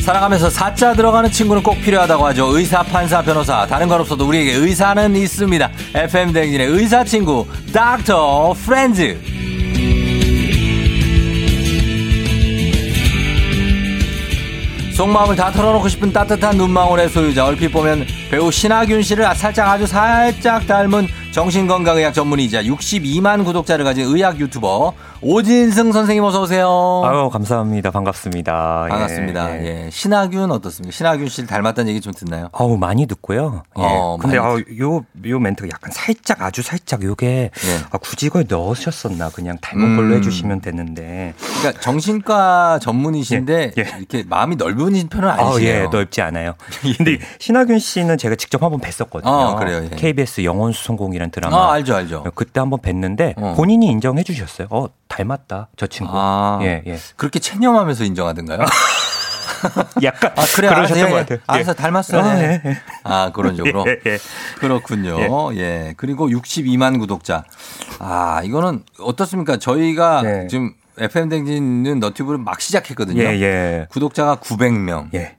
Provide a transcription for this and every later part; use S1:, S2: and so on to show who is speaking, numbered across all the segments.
S1: 살아가면서 사자 들어가는 친구는 꼭 필요하다고 하죠. 의사, 판사, 변호사. 다른 건 없어도 우리에게 의사는 있습니다. FM 대행진의 의사 친구, 닥터 프렌즈. 속마음을 다 털어놓고 싶은 따뜻한 눈망울의 소유자 얼핏 보면 배우 신하균 씨를 살짝 아주 살짝 닮은 정신건강의학 전문의이자 62만 구독자를 가진 의학 유튜버 오진승 선생님 어서 오세요.
S2: 아유 감사합니다. 반갑습니다. 네,
S1: 반갑습니다. 예, 신하균 어떻습니까? 신하균 씨를 닮았다는 얘기 좀 듣나요?
S2: 아우 많이 듣고요. 예.
S1: 어,
S2: 근데
S1: 많이
S2: 아우 요요 멘트가 약간 살짝 아주 살짝 요게
S1: 예.
S2: 아, 굳이 이걸 넣으셨었나 그냥 닮은 걸로
S1: 음.
S2: 해주시면 되는데.
S1: 그러니까 정신과 전문이신데
S2: 예, 예.
S1: 이렇게 마음이 넓은 편은
S2: 아,
S1: 아니시네요.
S2: 예, 넓지 않아요. 근데 신하균 씨는 제가 직접 한번 뵀었거든요.
S1: 아, 그래요? 예.
S2: KBS 영혼수 성공이라는
S1: 아
S2: 드라마. 예,
S1: 알죠 알죠.
S2: 그때 한번 뵀는데
S1: 어.
S2: 본인이 인정해 주셨어요. 어, 닮았다. 저 친구.
S1: 아
S2: 예, 예.
S1: 그렇게 체념하면서 인정하던가요?
S2: 약간
S1: 아 그래
S2: 러셨던
S1: 알았어요.
S2: 것 같아요. 예.
S1: 알아서 닮았어요.
S2: 아,
S1: 예.
S2: 예, 예.
S1: 아 그런 식으로
S2: 예, 예.
S1: 그렇군요. 예. 그리고 62만 구독자. 아 이거는 어떻습니까? 저희가
S2: 네.
S1: 지금 FM 댕진은 너튜브를 막 시작했거든요.
S2: 예, 예.
S1: 구독자가 900명.
S2: 예.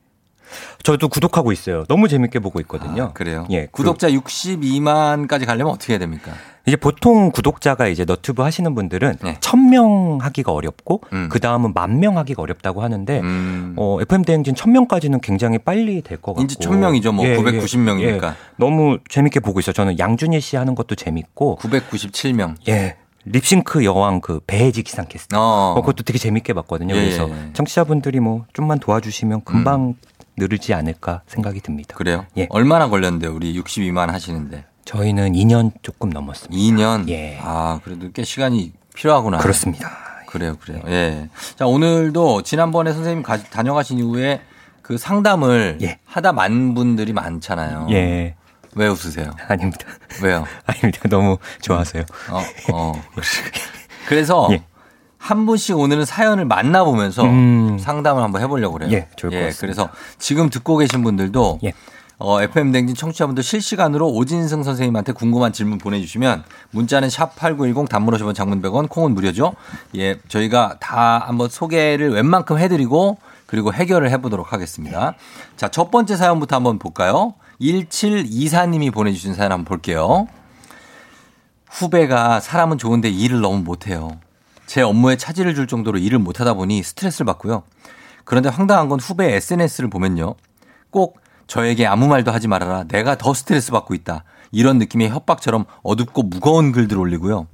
S2: 저도 구독하고 있어요. 너무 재밌게 보고 있거든요.
S1: 아, 그래요.
S2: 예. 구독
S1: 구독자 62만까지 가려면 어떻게 해야 됩니까?
S2: 이제 보통 구독자가 이제 너튜브 하시는 분들은
S1: 네.
S2: 천 명 하기가 어렵고
S1: 음.
S2: 그 다음은 만 명 하기가 어렵다고 하는데
S1: 음.
S2: 어, FM 대행진 천 명까지는 굉장히 빨리 될 것 같고. 예,
S1: 인지 1000명이죠. 뭐 990명이니까.
S2: 너무 재밌게 보고 있어요. 저는 양준일 씨 하는 것도 재밌고
S1: 997명.
S2: 예. 립싱크 여왕 그 배혜지 기상캐스터.
S1: 어.
S2: 어, 그것도 되게 재밌게 봤거든요.
S1: 예,
S2: 그래서
S1: 예, 음. 예.
S2: 청취자분들이 뭐 좀만 도와주시면 금방 늘지 않을까 생각이 듭니다.
S1: 그래요?
S2: 예.
S1: 얼마나 걸렸는데 우리 62만 하시는데
S2: 저희는 2년 조금 넘었습니다.
S1: 2년.
S2: 예.
S1: 아 그래도 꽤 시간이 필요하구나.
S2: 그렇습니다.
S1: 그래요, 그래요. 예. 자 오늘도 지난번에 선생님 가, 다녀가신 이후에 그 상담을
S2: 예.
S1: 하다 만 분들이 많잖아요.
S2: 예.
S1: 왜 웃으세요?
S2: 아닙니다.
S1: 왜요?
S2: 아닙니다. 너무 좋아서요.
S1: 어, 어. 그래서
S2: 예.
S1: 한 분씩 오늘은 사연을 만나보면서
S2: 음.
S1: 상담을 한번 해보려고 그래요.
S2: 예, 좋을 것 같습니다.
S1: 그래서 지금 듣고 계신 분들도
S2: 예.
S1: 어, FM 댕진 청취자분들 실시간으로 오진승 선생님한테 궁금한 질문 보내주시면 문자는 샵8910 단문 50원 장문 100원 콩은 무료죠. 예, 저희가 다 한번 소개를 웬만큼 해드리고 그리고 해결을 해보도록 하겠습니다. 자, 첫 번째 사연부터 한번 볼까요? 1724님이 보내주신 사연 한번 볼게요. 후배가 사람은 좋은데 일을 너무 못해요. 제 업무에 차질을 줄 정도로 일을 못하다 보니 스트레스를 받고요. 그런데 황당한 건 후배 SNS를 보면요. 꼭 저에게 아무 말도 하지 말아라. 내가 더 스트레스 받고 있다. 이런 느낌의 협박처럼 어둡고 무거운 글들 올리고요.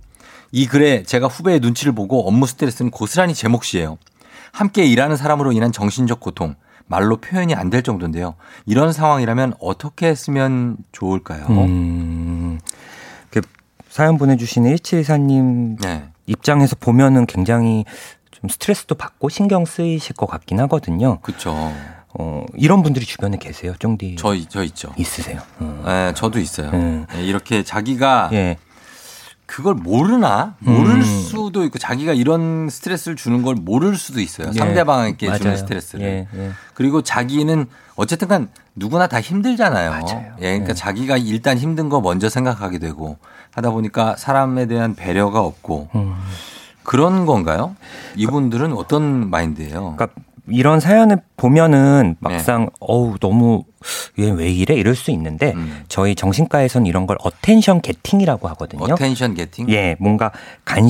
S1: 이 글에 제가 후배의 눈치를 보고 업무 스트레스는 고스란히 제 몫이에요. 함께 일하는 사람으로 인한 정신적 고통. 말로 표현이 안 될 정도인데요. 이런 상황이라면 어떻게 했으면 좋을까요?
S2: 어? 음. 그 사연 보내주신 1724님
S1: 네.
S2: 입장에서 보면은 굉장히 좀 스트레스도 받고 신경 쓰이실 것 같긴 하거든요.
S1: 그렇죠.
S2: 어, 이런 분들이 주변에 계세요. 쫑디
S1: 저, 저 있죠.
S2: 있으세요? 어.
S1: 예, 저도 있어요.
S2: 음.
S1: 예, 이렇게 자기가
S2: 예. 음.
S1: 그걸 모르나 모를 수도 있고 자기가 이런 스트레스를 주는 걸 모를 수도 있어요.
S2: 예.
S1: 상대방에게 주는
S2: 맞아요.
S1: 스트레스를.
S2: 예, 예.
S1: 그리고 자기는 어쨌든간 누구나 다 힘들잖아요.
S2: 맞아요.
S1: 예, 그러니까 자기가 일단 힘든 거 먼저 생각하게 되고 하다 보니까 사람에 대한 배려가 없고
S2: 음.
S1: 그런 건가요? 이분들은 어떤 마인드예요?
S2: 그러니까 이런 사연을 보면은
S1: 네.
S2: 막상 어우 너무 얘 왜 이래 이럴 수 있는데
S1: 음.
S2: 저희 정신과에선 이런 걸 어텐션 게팅이라고 하거든요.
S1: 어텐션 게팅?
S2: 예, 뭔가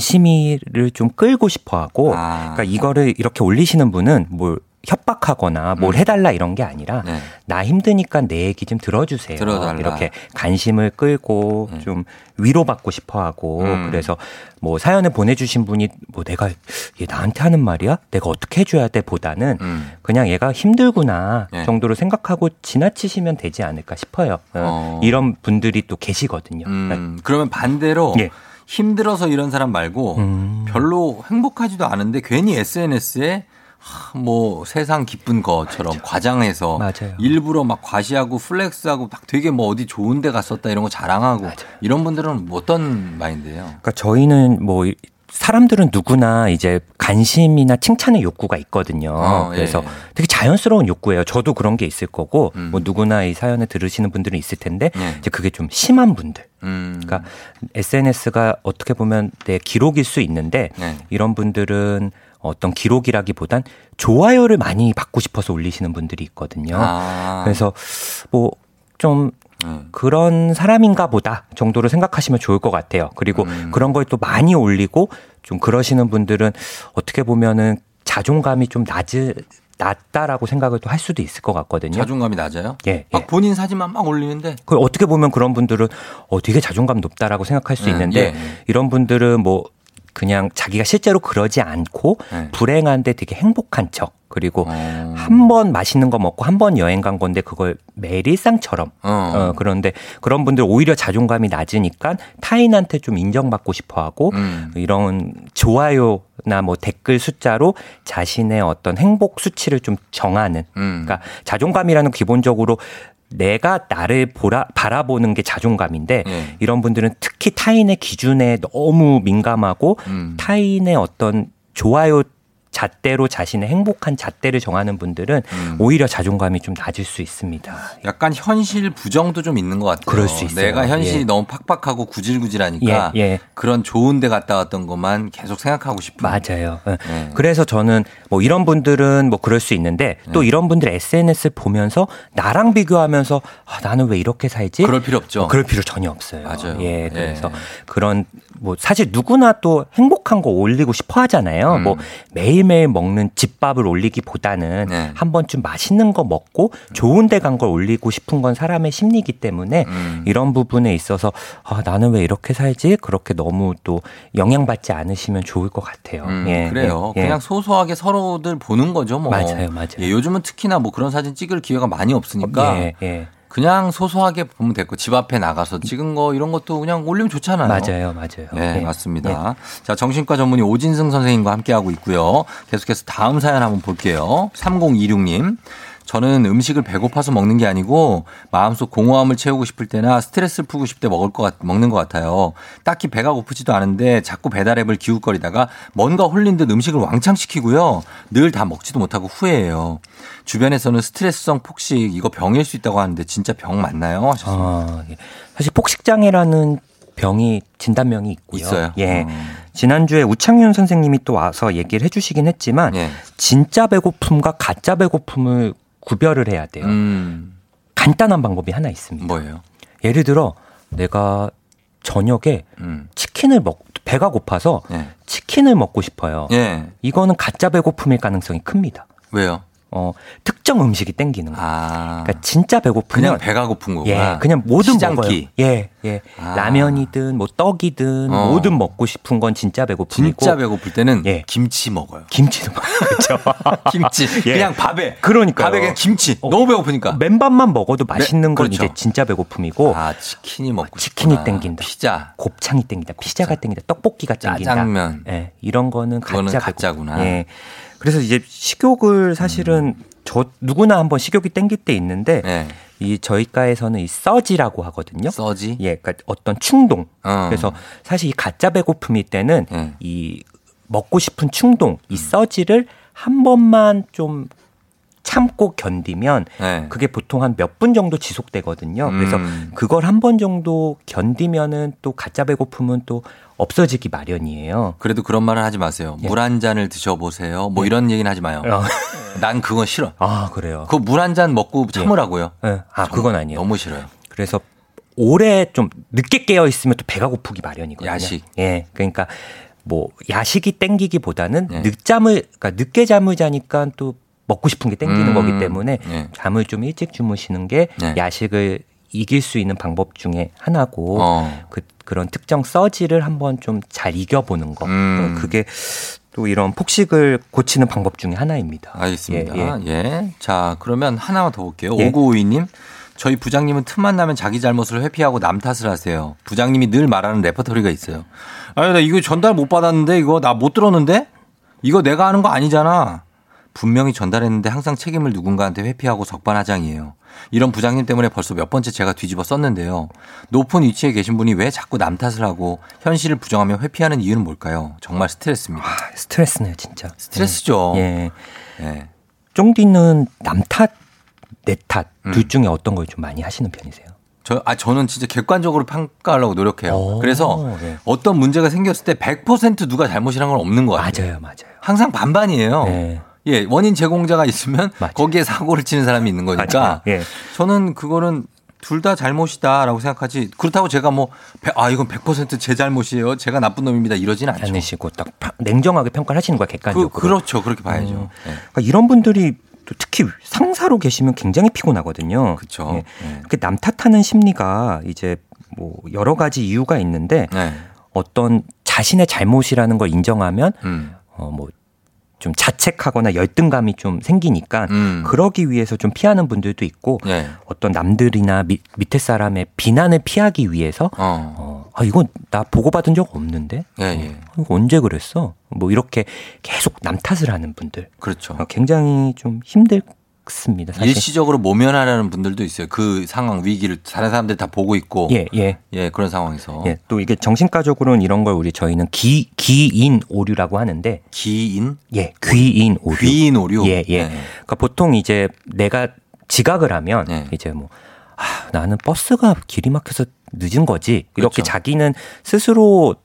S2: 관심이를 좀 끌고 싶어 하고
S1: 아.
S2: 그러니까 이거를 이렇게 올리시는 분은 뭘 협박하거나 뭘
S1: 음.
S2: 해달라 이런 게 아니라
S1: 네.
S2: 나 힘드니까 내 얘기 좀 들어주세요.
S1: 들어달라.
S2: 이렇게 관심을 끌고 좀 위로받고 싶어하고
S1: 음.
S2: 그래서 뭐 사연을 보내주신 분이 뭐 내가 얘 나한테 하는 말이야? 내가 어떻게 해줘야 돼?보다는
S1: 음.
S2: 그냥 얘가 힘들구나
S1: 네.
S2: 정도로 생각하고 지나치시면 되지 않을까 싶어요.
S1: 어.
S2: 어, 이런 분들이 또 계시거든요.
S1: 음, 그러면 반대로
S2: 네. 예.
S1: 힘들어서 이런 사람 말고
S2: 음.
S1: 별로 행복하지도 않은데 괜히 SNS에 뭐 세상 기쁜 것처럼 과장해서
S2: 맞아요.
S1: 일부러 막 과시하고 플렉스하고 막 되게 뭐 어디 좋은 데 갔었다 이런 거 자랑하고 이런 분들은 뭐 어떤 마인드예요?
S2: 그러니까 저희는 뭐 이- 사람들은 누구나 이제 관심이나 칭찬의 욕구가 있거든요.
S1: 어, 예,
S2: 그래서
S1: 예.
S2: 되게 자연스러운 욕구예요. 저도 그런 게 있을 거고
S1: 음.
S2: 뭐 누구나 이 사연을 들으시는 분들은 있을 텐데
S1: 예.
S2: 이제 그게 좀 심한 분들.
S1: 음.
S2: 그러니까 SNS가 어떻게 보면 내 기록일 수 있는데
S1: 네.
S2: 이런 분들은 어떤 기록이라기보단 좋아요를 많이 받고 싶어서 올리시는 분들이 있거든요.
S1: 아.
S2: 그래서 뭐 좀
S1: 음.
S2: 그런 사람인가 보다 정도로 생각하시면 좋을 것 같아요. 그리고
S1: 음.
S2: 그런 걸 또 많이 올리고 좀 그러시는 분들은 어떻게 보면은 자존감이 좀 낮을 낮다라고 생각을 또 할 수도 있을 것 같거든요.
S1: 자존감이 낮아요?
S2: 예, 예.
S1: 막 본인 사진만 막 올리는데
S2: 그 어떻게 보면 그런 분들은 어 되게 자존감 높다라고 생각할 수
S1: 음,
S2: 있는데
S1: 예, 예.
S2: 이런 분들은 뭐 그냥 자기가 실제로 그러지 않고
S1: 네.
S2: 불행한데 되게 행복한 척 그리고
S1: 어.
S2: 한 번 맛있는 거 먹고 한 번 여행 간 건데 그걸 매일 일상처럼
S1: 어.
S2: 어, 그런데 그런 분들 오히려 자존감이 낮으니까 타인한테 좀 인정받고 싶어 하고
S1: 음.
S2: 이런 좋아요나 뭐 댓글 숫자로 자신의 어떤 행복 수치를 좀 정하는
S1: 음.
S2: 그러니까 자존감이라는 기본적으로 내가 나를 보라 바라보는 게 자존감인데
S1: 예.
S2: 이런 분들은 특히 타인의 기준에 너무 민감하고
S1: 음.
S2: 타인의 어떤 좋아요 잣대로 자신의 행복한 잣대를 정하는 분들은
S1: 음.
S2: 오히려 자존감이 좀 낮을 수 있습니다.
S1: 약간 현실 부정도 좀 있는 것 같아요.
S2: 그럴 수 있어요.
S1: 내가 현실이
S2: 예.
S1: 너무 팍팍하고 구질구질하니까
S2: 예, 예.
S1: 그런 좋은 데 갔다 왔던 것만 계속 생각하고 싶은.
S2: 맞아요. 응.
S1: 네.
S2: 그래서 저는 뭐 이런 분들은 뭐 그럴 수 있는데 또 이런 분들 SNS를 보면서 나랑 비교하면서 아, 나는 왜 이렇게 살지?
S1: 그럴 필요 없죠.
S2: 뭐 그럴 필요 전혀 없어요.
S1: 어. 맞아요. 예.
S2: 예, 그래서 그런 뭐 사실 누구나 또 행복한 거 올리고 싶어 하잖아요.
S1: 음.
S2: 뭐 매일매일 먹는 집밥을 올리기보다는
S1: 네.
S2: 한 번쯤 맛있는 거 먹고 좋은 데 간 걸 올리고 싶은 건 사람의 심리이기 때문에
S1: 음.
S2: 이런 부분에 있어서 아, 나는 왜 이렇게 살지? 그렇게 너무 또 영향받지 않으시면 좋을 것 같아요.
S1: 음,
S2: 예,
S1: 그래요.
S2: 예, 예.
S1: 그냥 소소하게 서로들 보는 거죠, 뭐.
S2: 맞아요, 맞아요.
S1: 예, 요즘은 특히나 뭐 그런 사진 찍을 기회가 많이 없으니까
S2: 예, 예.
S1: 그냥 소소하게 보면 됐고 집 앞에 나가서 찍은 거 이런 것도 그냥 올리면 좋잖아요.
S2: 맞아요, 맞아요.
S1: 어. 네,
S2: 예.
S1: 맞습니다. 자, 정신과 전문의 오진승 선생님과 함께하고 있고요. 계속해서 다음 사연 한번 볼게요. 3026님. 저는 음식을 배고파서 먹는 게 아니고 마음속 공허함을 채우고 싶을 때나 스트레스를 풀고 싶을 때 먹을 것 같, 먹는 것 같아요. 딱히 배가 고프지도 않은데 자꾸 배달앱을 기웃거리다가 뭔가 홀린 듯 음식을 왕창 시키고요. 늘 다 먹지도 못하고 후회해요. 주변에서는 스트레스성 폭식 이거 병일 수 있다고 하는데 진짜 병 맞나요? 하셨습니다.
S2: 아, 예. 사실 폭식장애라는 병이 진단명이 있고요.
S1: 있어요.
S2: 예.
S1: 음.
S2: 지난주에 우창윤 선생님이 또 와서 얘기를 해주시긴 했지만
S1: 예.
S2: 진짜 배고픔과 가짜 배고픔을 구별을 해야 돼요.
S1: 음,
S2: 간단한 방법이 하나 있습니다.
S1: 뭐예요?
S2: 예를 들어 내가 저녁에
S1: 음.
S2: 치킨을 먹 배가 고파서
S1: 예.
S2: 치킨을 먹고 싶어요.
S1: 예.
S2: 이거는 가짜 배고픔일 가능성이 큽니다.
S1: 왜요?
S2: 어, 특정 음식이 땡기는 거.
S1: 아.
S2: 그러니까 진짜
S1: 그냥
S2: 배고프면
S1: 배가 고픈 거구나.
S2: 예, 그냥 뭐든
S1: 시장기.
S2: 먹어요. 예, 예.
S1: 아.
S2: 라면이든 뭐 떡이든
S1: 어.
S2: 뭐든 먹고 싶은 건 진짜 배고픔이고
S1: 진짜 배고플 때는
S2: 예.
S1: 김치 먹어요.
S2: 김치도 먹죠.
S1: 김치.
S2: 예.
S1: 그냥 밥에.
S2: 그러니까요.
S1: 밥에 그냥 김치.
S2: 어.
S1: 너무 배고프니까.
S2: 맨밥만 먹어도 맛있는 건
S1: 그렇죠.
S2: 이제 진짜 배고픔이고
S1: 아, 치킨이 먹고
S2: 치킨이
S1: 싶구나.
S2: 땡긴다.
S1: 피자.
S2: 곱창이 땡긴다, 피자가 땡긴다, 떡볶이가 땡긴다.
S1: 짜장면.
S2: 예, 이런 거는
S1: 그거는
S2: 가짜 배고픔.
S1: 가짜구나. 음.
S2: 예. 그래서 이제 식욕을 사실은 저 누구나 한번 식욕이 땡길 때 있는데
S1: 예.
S2: 이 저희과에서는 이 서지라고 하거든요.
S1: 써지.
S2: 예, 그러니까 어떤 충동.
S1: 어.
S2: 그래서 사실 이 가짜 배고픔일 때는
S1: 예.
S2: 이 먹고 싶은 충동, 이 서지를 한 번만 좀 참고 견디면
S1: 예.
S2: 그게 보통 한 몇 분 정도 지속되거든요. 그래서
S1: 음.
S2: 그걸 한 번 정도 견디면은 또 가짜 배고픔은 또 없어지기 마련이에요.
S1: 그래도 그런 말은 하지 마세요. 물 한 잔을 드셔보세요. 뭐 이런 얘기는 하지 마요.
S2: 예. 어.
S1: 난 그건 싫어.
S2: 아, 그래요.
S1: 그거 물 한 잔 먹고 참으라고요.
S2: 예. 아, 그건 아니에요.
S1: 너무 싫어요.
S2: 그래서 오래 좀 늦게 깨어 있으면 또 배가 고프기 마련이거든요.
S1: 야식.
S2: 예. 그러니까 뭐 야식이 땡기기보다는
S1: 예.
S2: 늦잠을 그러니까 늦게 잠을 자니까 또 먹고 싶은 게 땡기는
S1: 음,
S2: 거기 때문에
S1: 예.
S2: 잠을 좀 일찍 주무시는 게
S1: 예.
S2: 야식을 이길 수 있는 방법 중에 하나고
S1: 어.
S2: 그, 그런 특정 서지를 한번 좀 잘 이겨보는 거.
S1: 음.
S2: 어, 그게 또 이런 폭식을 고치는 방법 중에 하나입니다.
S1: 알겠습니다.
S2: 예, 예.
S1: 예, 자, 그러면 하나만 더 볼게요.
S2: 예.
S1: 5952님. 저희 부장님은 틈만 나면 자기 잘못을 회피하고 남 탓을 하세요. 부장님이 늘 말하는 레퍼토리가 있어요. 아니, 나 이거 전달 못 받았는데, 이거 나 못 들었는데? 이거 내가 하는 거 아니잖아. 분명히 전달했는데 항상 책임을 누군가한테 회피하고 적반하장이에요. 이런 부장님 때문에 벌써 몇 번째 제가 뒤집어 썼는데요. 높은 위치에 계신 분이 왜 자꾸 남 탓을 하고 현실을 부정하며 회피하는 이유는 뭘까요? 정말 스트레스입니다.
S2: 아, 스트레스네요, 진짜.
S1: 스트레스죠.
S2: 예. 예.
S1: 어. 예.
S2: 쫑디는 남 탓, 내 탓
S1: 음.
S2: 둘 중에 어떤 걸 좀 많이 하시는 편이세요?
S1: 저, 아, 저는 진짜 객관적으로 평가하려고 노력해요.
S2: 오,
S1: 어. 그래서
S2: 네.
S1: 어떤 문제가 생겼을 때 100% 누가 잘못이란 건 없는 것 같아요.
S2: 맞아요, 맞아요.
S1: 항상 반반이에요.
S2: 네.
S1: 예, 원인 제공자가 있으면
S2: 맞아요.
S1: 거기에 사고를 치는 사람이 있는 거니까
S2: 맞아요. 예.
S1: 저는 그거는 둘 다 잘못이다라고 생각하지 그렇다고 제가 뭐 아 이건 100%제 잘못이에요. 제가 나쁜 놈입니다. 이러진 않죠.
S2: 않으시고 딱 파- 냉정하게 평가를 하시는 거야 객관적으로.
S1: 그렇죠. 그, 그렇죠. 그렇게 봐야죠. 예.
S2: 그러니까 이런 분들이 또 특히 상사로 계시면 굉장히 피곤하거든요.
S1: 그쵸.
S2: 예.
S1: 예.
S2: 그남 탓하는 심리가 이제 뭐 여러 가지 이유가 있는데
S1: 네.
S2: 어떤 자신의 잘못이라는 걸 인정하면
S1: 음.
S2: 어 뭐 좀 자책하거나 열등감이 좀 생기니까
S1: 음.
S2: 그러기 위해서 좀 피하는 분들도 있고
S1: 예.
S2: 어떤 남들이나 미- 밑에 사람의 비난을 피하기 위해서
S1: 어.
S2: 어, 아 이거 나 보고받은 적 없는데
S1: 예, 예.
S2: 어, 이거 언제 그랬어? 뭐 이렇게 계속 남 탓을 하는 분들
S1: 그렇죠.
S2: 어, 굉장히 좀 힘들습니다. 사실.
S1: 일시적으로 모면하려는 분들도 있어요. 그 상황 위기를 다른 사람들이 다 보고 있고
S2: 예, 예.
S1: 예, 그런 상황에서
S2: 예, 또 이게 정신과적으로는 이런 걸 우리 저희는 기, 기인 오류라고 하는데,
S1: 기인
S2: 예, 귀인 오류.
S1: 귀인 오류. 네.
S2: 예, 예. 그러니까 보통 이제 내가 지각을 하면
S1: 예.
S2: 이제 뭐, 아, 나는 버스가 길이 막혀서 늦은 거지. 이렇게
S1: 그렇죠.
S2: 자기는 스스로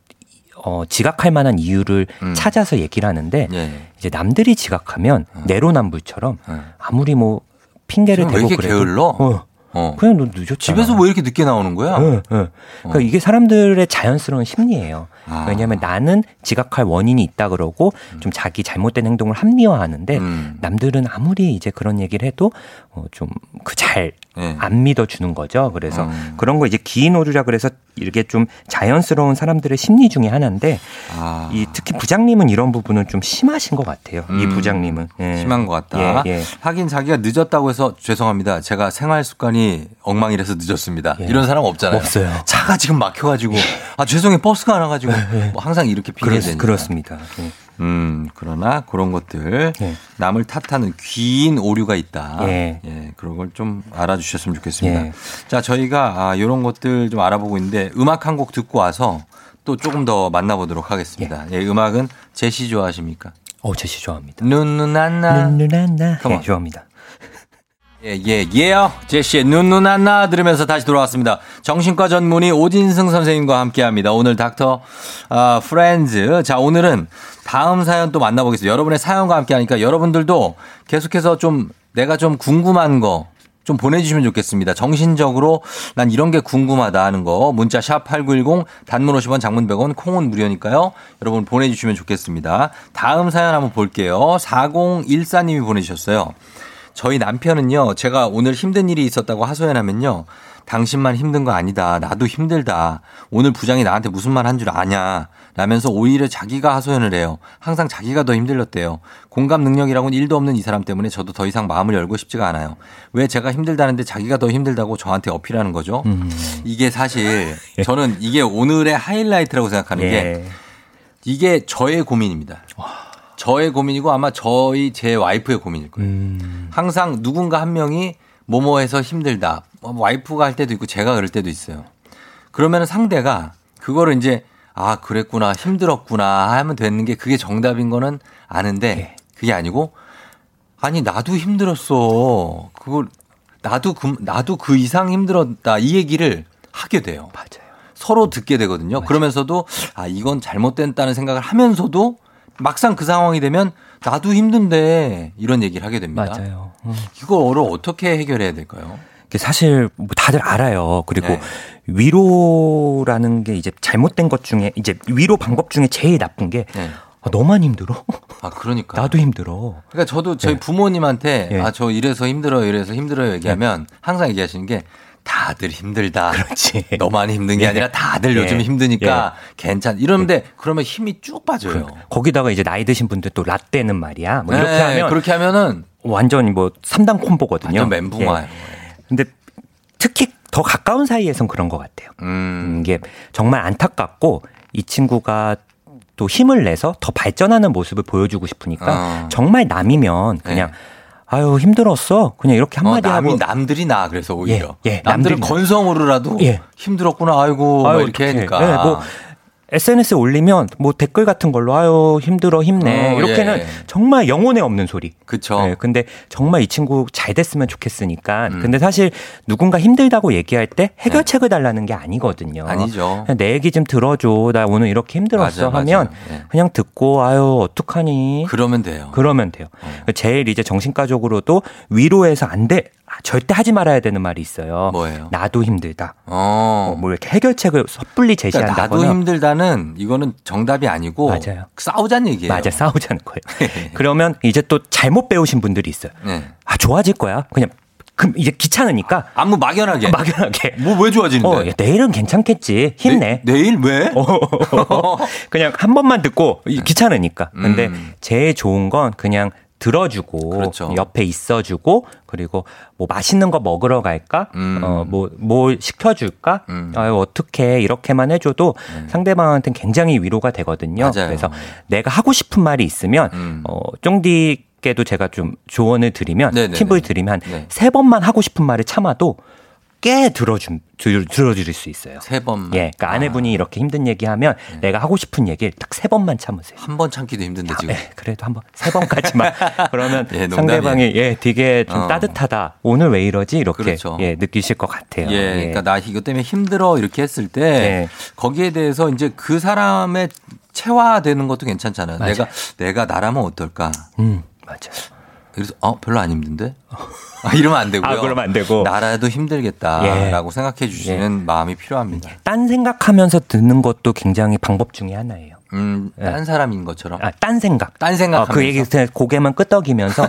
S2: 어, 지각할 만한 이유를
S1: 음.
S2: 찾아서 얘기를 하는데,
S1: 예, 예.
S2: 이제 남들이 지각하면
S1: 어.
S2: 내로남불처럼
S1: 예.
S2: 아무리 뭐 핑계를
S1: 왜
S2: 대고
S1: 이렇게
S2: 그래도
S1: 게을러?
S2: 어,
S1: 어.
S2: 그냥 너 늦었잖아.
S1: 집에서 왜 이렇게 늦게 나오는 거야?
S2: 예, 예. 그러니까
S1: 어.
S2: 이게 사람들의 자연스러운 심리예요.
S1: 아.
S2: 왜냐하면 나는 지각할 원인이 있다 그러고 좀 자기 잘못된 행동을 합리화하는데
S1: 음.
S2: 남들은 아무리 이제 그런 얘기를 해도 어, 좀그 잘 안
S1: 예.
S2: 믿어주는 거죠. 그래서
S1: 음.
S2: 그런 거 이제 기인 오류라 그래서 이렇게 좀 자연스러운 사람들의 심리 중에 하나인데
S1: 아,
S2: 이 특히 부장님은 이런 부분은 좀 심하신 것 같아요. 이
S1: 음.
S2: 부장님은 예.
S1: 심한 것 같다.
S2: 예, 예.
S1: 하긴 자기가 늦었다고 해서 죄송합니다. 제가 생활 습관이 엉망이라서 늦었습니다.
S2: 예.
S1: 이런 사람 없잖아요.
S2: 없어요. 예.
S1: 차가 지금 막혀가지고 아 죄송해 버스가 안 와가지고 뭐 항상 이렇게 핑계
S2: 그렇,
S1: 대니
S2: 그렇습니다. 예.
S1: 음 그러나 그런 것들
S2: 예.
S1: 남을 탓하는 귀인 오류가 있다.
S2: 예.
S1: 예, 그런 걸 좀 알아주셨으면 좋겠습니다.
S2: 예.
S1: 자 저희가 아, 이런 것들 좀 알아보고 있는데 음악 한 곡 듣고 와서 또 조금 더 만나보도록 하겠습니다. 예, 음악은 제시 좋아하십니까?
S2: 어, 제시 좋아합니다.
S1: 눈누나나
S2: 눈누나나
S1: Come
S2: 예,
S1: on.
S2: 좋아합니다.
S1: 예예 예요 제시의 눈누나나 들으면서 다시 돌아왔습니다. 정신과 전문의 오진승 선생님과 함께합니다. 오늘 닥터 아, 프렌즈 자 오늘은 다음 사연 또 만나보겠습니다. 여러분의 사연과 함께하니까 여러분들도 계속해서 좀 내가 좀 궁금한 거 좀 보내주시면 좋겠습니다. 정신적으로 난 이런 게 궁금하다 하는 거 문자 샵 8910 단문 50원 장문 100원 콩은 무료니까요. 여러분 보내주시면 좋겠습니다. 다음 사연 한번 볼게요. 4014님이 보내주셨어요. 저희 남편은요, 제가 오늘 힘든 일이 있었다고 하소연하면요, 당신만 힘든 거 아니다. 나도 힘들다. 오늘 부장이 나한테 무슨 말 한 줄 아냐. 라면서 오히려 자기가 하소연을 해요. 항상 자기가 더 힘들렸대요. 공감 능력이라고는 일도 없는 이 사람 때문에 저도 더 이상 마음을 열고 싶지가 않아요. 왜 제가 힘들다는데 자기가 더 힘들다고 저한테 어필하는 거죠? 이게 사실 저는 이게 오늘의 하이라이트라고 생각하는 게
S2: 예.
S1: 이게 저의 고민입니다. 저의 고민이고 아마 저희 제 와이프의 고민일 거예요. 항상 누군가 한 명이 뭐뭐해서 힘들다. 뭐 와이프가 할 때도 있고 제가 그럴 때도 있어요. 그러면 상대가 그거를 이제 아 그랬구나 힘들었구나 하면 되는 게 그게 정답인 거는
S2: 예.
S1: 아는데 그게 아니고 아니 나도 힘들었어. 그걸 나도 그 나도 그 이상 힘들었다 이 얘기를 하게 돼요.
S2: 맞아요.
S1: 서로 듣게 되거든요. 그러면서도 아 이건 잘못됐다는 생각을 하면서도 막상 그 상황이 되면 나도 힘든데 이런 얘기를 하게 됩니다.
S2: 맞아요. 음.
S1: 이거를 어떻게 해결해야 될까요?
S2: 이게 사실 뭐 다들 알아요. 그리고
S1: 네.
S2: 위로라는 게 이제 잘못된 것 중에 이제 위로 방법 중에 제일 나쁜 게
S1: 네.
S2: 아, 너만 힘들어?
S1: 아 그러니까
S2: 나도 힘들어.
S1: 그러니까 저도 저희 부모님한테
S2: 예.
S1: 아 저 이래서 힘들어요 이래서 힘들어요 얘기하면 항상 얘기하시는 게 다들 힘들다.
S2: 그렇지.
S1: 너만 힘든 게
S2: 예.
S1: 아니라 다들
S2: 예.
S1: 요즘 힘드니까 괜찮. 이러는데 그러면 힘이 쭉 빠져요.
S2: 거기다가 이제 나이 드신 분들 또 라떼는 말이야. 그러니까. 뭐 이렇게
S1: 그렇죠. 네,
S2: 하면
S1: 그렇게 하면은
S2: 완전 뭐 3단 콤보거든요.
S1: 완전 멘붕아.
S2: 예. 근데 특히 더 가까운 사이에선 그런 것 같아요.
S1: 음.
S2: 이게 정말 안타깝고 이 친구가 또 힘을 내서 더 발전하는 모습을 보여주고 싶으니까
S1: 어.
S2: 정말 남이면 그냥
S1: 네.
S2: 아유 힘들었어 그냥 이렇게
S1: 어,
S2: 한마디
S1: 남이
S2: 하고
S1: 남들이 나 그래서 오히려
S2: 예, 예,
S1: 남들은
S2: 남들이 나.
S1: 건성으로라도
S2: 예.
S1: 힘들었구나 뭐 아이고 막 이렇게
S2: 어떡해.
S1: 하니까
S2: 네, 뭐 SNS에 올리면 뭐 댓글 같은 걸로 아유 힘들어 힘내
S1: 어,
S2: 이렇게는
S1: 예.
S2: 정말 영혼에 없는 소리.
S1: 그쵸.
S2: 네, 근데 정말 이 친구 잘 됐으면 좋겠으니까.
S1: 음.
S2: 근데 사실 누군가 힘들다고 얘기할 때 해결책을 달라는 게 아니거든요.
S1: 네. 아니죠.
S2: 그냥 내 얘기 좀 들어줘. 나 오늘 이렇게 힘들었어
S1: 맞아요,
S2: 하면
S1: 맞아요. 예.
S2: 그냥 듣고 아유 어떡하니.
S1: 그러면 어. 돼요.
S2: 그러면 돼요. 그러니까 제일 이제 정신과적으로도 위로해서 안 돼. 아, 절대 하지 말아야 되는 말이 있어요.
S1: 뭐예요?
S2: 나도 힘들다.
S1: 어.
S2: 어, 뭐 이렇게 해결책을 섣불리
S1: 그러니까
S2: 제시한다거나
S1: 나도 힘들다는 이거는 정답이 아니고
S2: 맞아요.
S1: 싸우자는 얘기예요.
S2: 맞아 싸우자는 거예요. 그러면 이제 또 잘못 배우신 분들이 있어요.
S1: 네.
S2: 아 좋아질 거야. 그냥 그 이제 귀찮으니까
S1: 안무 막연하게.
S2: 막연하게
S1: 뭐 왜 좋아지는데?
S2: 어 예. 야, 내일은 괜찮겠지 힘내.
S1: 내, 일 왜? 네.
S2: 그냥 한 번만 듣고 이- 귀찮으니까. 근데
S1: 음.
S2: 제일 좋은 건 그냥 들어주고
S1: 그렇죠.
S2: 옆에 있어주고 그리고 뭐 맛있는 거 먹으러 갈까?
S1: 음.
S2: 어 뭐 뭐 시켜줄까?
S1: 음.
S2: 아유 어떻게 이렇게만 해줘도 상대방한테는 굉장히 위로가 되거든요.
S1: 맞아요.
S2: 그래서 내가 하고 싶은 말이 있으면
S1: 음.
S2: 어 쫑디 께도 제가 좀 조언을 드리면
S1: 네네네.
S2: 팁을 드리면
S1: 네.
S2: 세 번만 하고 싶은 말을 참아도 꽤 들어준 들- 들어줄 수 있어요.
S1: 세 번만.
S2: 예, 그러니까 아내분이 이렇게 힘든 얘기하면
S1: 네.
S2: 내가 하고 싶은 얘기를 딱 세 번만 참으세요.
S1: 한 번 참기도 힘든데 지금.
S2: 예, 그래도 한번 세 번까지만 그러면
S1: 예, 농담이에요.
S2: 상대방이 예 되게 좀
S1: 어.
S2: 따뜻하다 오늘 왜 이러지 이렇게
S1: 그렇죠.
S2: 예 느끼실 것 같아요.
S1: 예, 그러니까 나 이거 때문에 힘들어 이렇게 했을 때
S2: 네.
S1: 거기에 대해서 이제 그 사람의 체화되는 것도 괜찮잖아요.
S2: 맞아요.
S1: 내가 내가 나라면 어떨까?
S2: 음 맞아요.
S1: 그래서 어 별로 안 힘든데? 아, 이러면 안 되고요.
S2: 아, 그러면 안 되고. 예.
S1: 나라도 힘들겠다라고 생각해 주시는 마음이 필요합니다.
S2: 딴 생각하면서 듣는 것도 굉장히 방법 중에 하나예요.
S1: 음, 딴 사람인 것처럼.
S2: 아, 딴 생각.
S1: 딴 생각하면서?
S2: 어, 그 얘기 그냥 고개만 끄덕이면서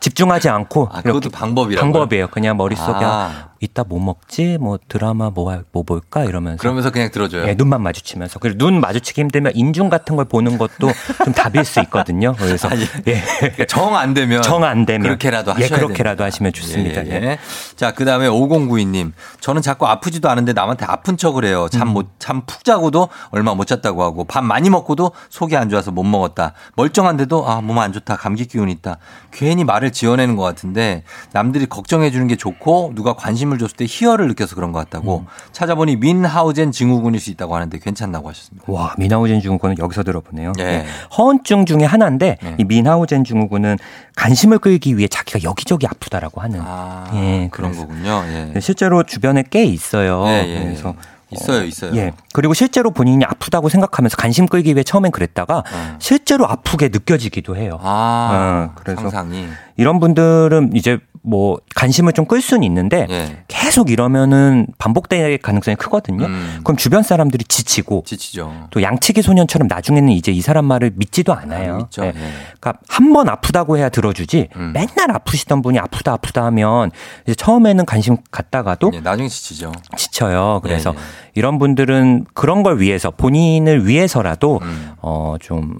S2: 집중하지 않고.
S1: 아, 그것도 방법이라고요?
S2: 방법이에요. 그냥 머릿속에
S1: 아.
S2: 이따 뭐 먹지? 뭐 드라마 뭐, 할- 뭐 볼까? 이러면서.
S1: 그러면서 그냥 들어줘요.
S2: 예, 눈만 마주치면서 그리고 눈 마주치기 힘들면 인중 같은 걸 보는 것도 좀 답일 수 있거든요. 그래서
S1: 아니,
S2: 예.
S1: 정 안 되면
S2: 정 안 되면
S1: 그렇게라도
S2: 예,
S1: 하셔야
S2: 그렇게라도
S1: 됩니다.
S2: 하시면 좋습니다.
S1: 예, 예, 예. 자, 그다음에 5092님. 저는 자꾸 아프지도 않은데 남한테 아픈 척을 해요.
S2: 음.
S1: 잠 못 잠 푹 자고도 얼마 못 잤다고 하고 밥 많이 먹고도 속이 안 좋아서 못 먹었다. 멀쩡한데도 아, 몸 안 좋다. 감기 기운 있다. 괜히 말을 지어내는 것 같은데 남들이 걱정해 주는 게 좋고 누가 관심을 줬을 때 희열을 느껴서 그런 것 같다고
S2: 음.
S1: 찾아보니 민하우젠 증후군일 수 있다고 하는데 괜찮다고 하셨습니다.
S2: 와 미나우젠 증후군은 여기서 들어보네요.
S1: 예.
S2: 예. 허언증 중에 하나인데
S1: 예.
S2: 이 미나우젠 증후군은 관심을 끌기 위해 자기가 여기저기 아프다라고 하는
S1: 아,
S2: 예,
S1: 그런
S2: 그래서.
S1: 거군요. 예.
S2: 네, 실제로 주변에 꽤 있어요.
S1: 예, 예, 예.
S2: 그래서
S1: 있어요,
S2: 어,
S1: 있어요.
S2: 예. 그리고 실제로 본인이 아프다고 생각하면서 관심 끌기 위해 처음엔 그랬다가
S1: 어.
S2: 실제로 아프게 느껴지기도 해요.
S1: 아,
S2: 어, 그래서
S1: 상상이.
S2: 이런 분들은 이제 뭐 관심을 좀 끌 수는 있는데
S1: 예.
S2: 계속 이러면은 반복될 가능성이 크거든요.
S1: 음.
S2: 그럼 주변 사람들이 지치고
S1: 지치죠.
S2: 또 양치기 소년처럼 나중에는 이제 이 사람 말을 믿지도
S1: 안
S2: 않아요.
S1: 믿죠.
S2: 예.
S1: 예.
S2: 그러니까 한 번 아프다고 해야 들어주지
S1: 음.
S2: 맨날 아프시던 분이 아프다 아프다 하면 이제 처음에는 관심 갖다가도
S1: 예, 나중에 지치죠.
S2: 지쳐요. 그래서
S1: 예, 예.
S2: 이런 분들은 그런 걸 위해서 본인을 위해서라도
S1: 음.
S2: 어 좀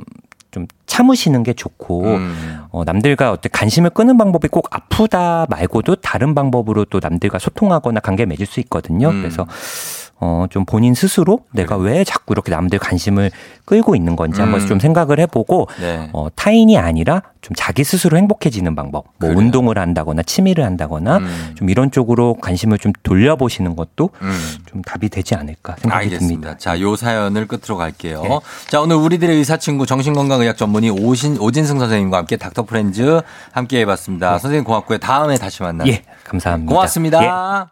S2: 좀 참으시는 게 좋고
S1: 음.
S2: 어, 남들과 어떤 관심을 끄는 방법이 꼭 아프다 말고도 다른 방법으로 또 남들과 소통하거나 관계 맺을 수 있거든요.
S1: 음. 네.
S2: 그래서 어, 좀 본인 스스로 내가 왜 자꾸 이렇게 남들 관심을 끌고 있는 건지
S1: 음.
S2: 한번 좀 생각을 해보고
S1: 네.
S2: 어, 타인이 아니라 좀 자기 스스로 행복해지는 방법, 뭐
S1: 그래요.
S2: 운동을 한다거나 취미를 한다거나
S1: 음.
S2: 좀 이런 쪽으로 관심을 좀 돌려보시는 것도
S1: 음.
S2: 좀 답이 되지 않을까 생각이 듭니다. 예.
S1: 알겠습니다. 자, 요 사연을 끝으로 갈게요. 자, 오늘 우리들의 의사친구 정신건강의학 전문의 오신, 오진승 선생님과 함께 닥터 프렌즈 함께 해봤습니다. 선생님 고맙고요. 다음에 다시 만나요.
S2: 예, 감사합니다. 예.
S1: 고맙습니다.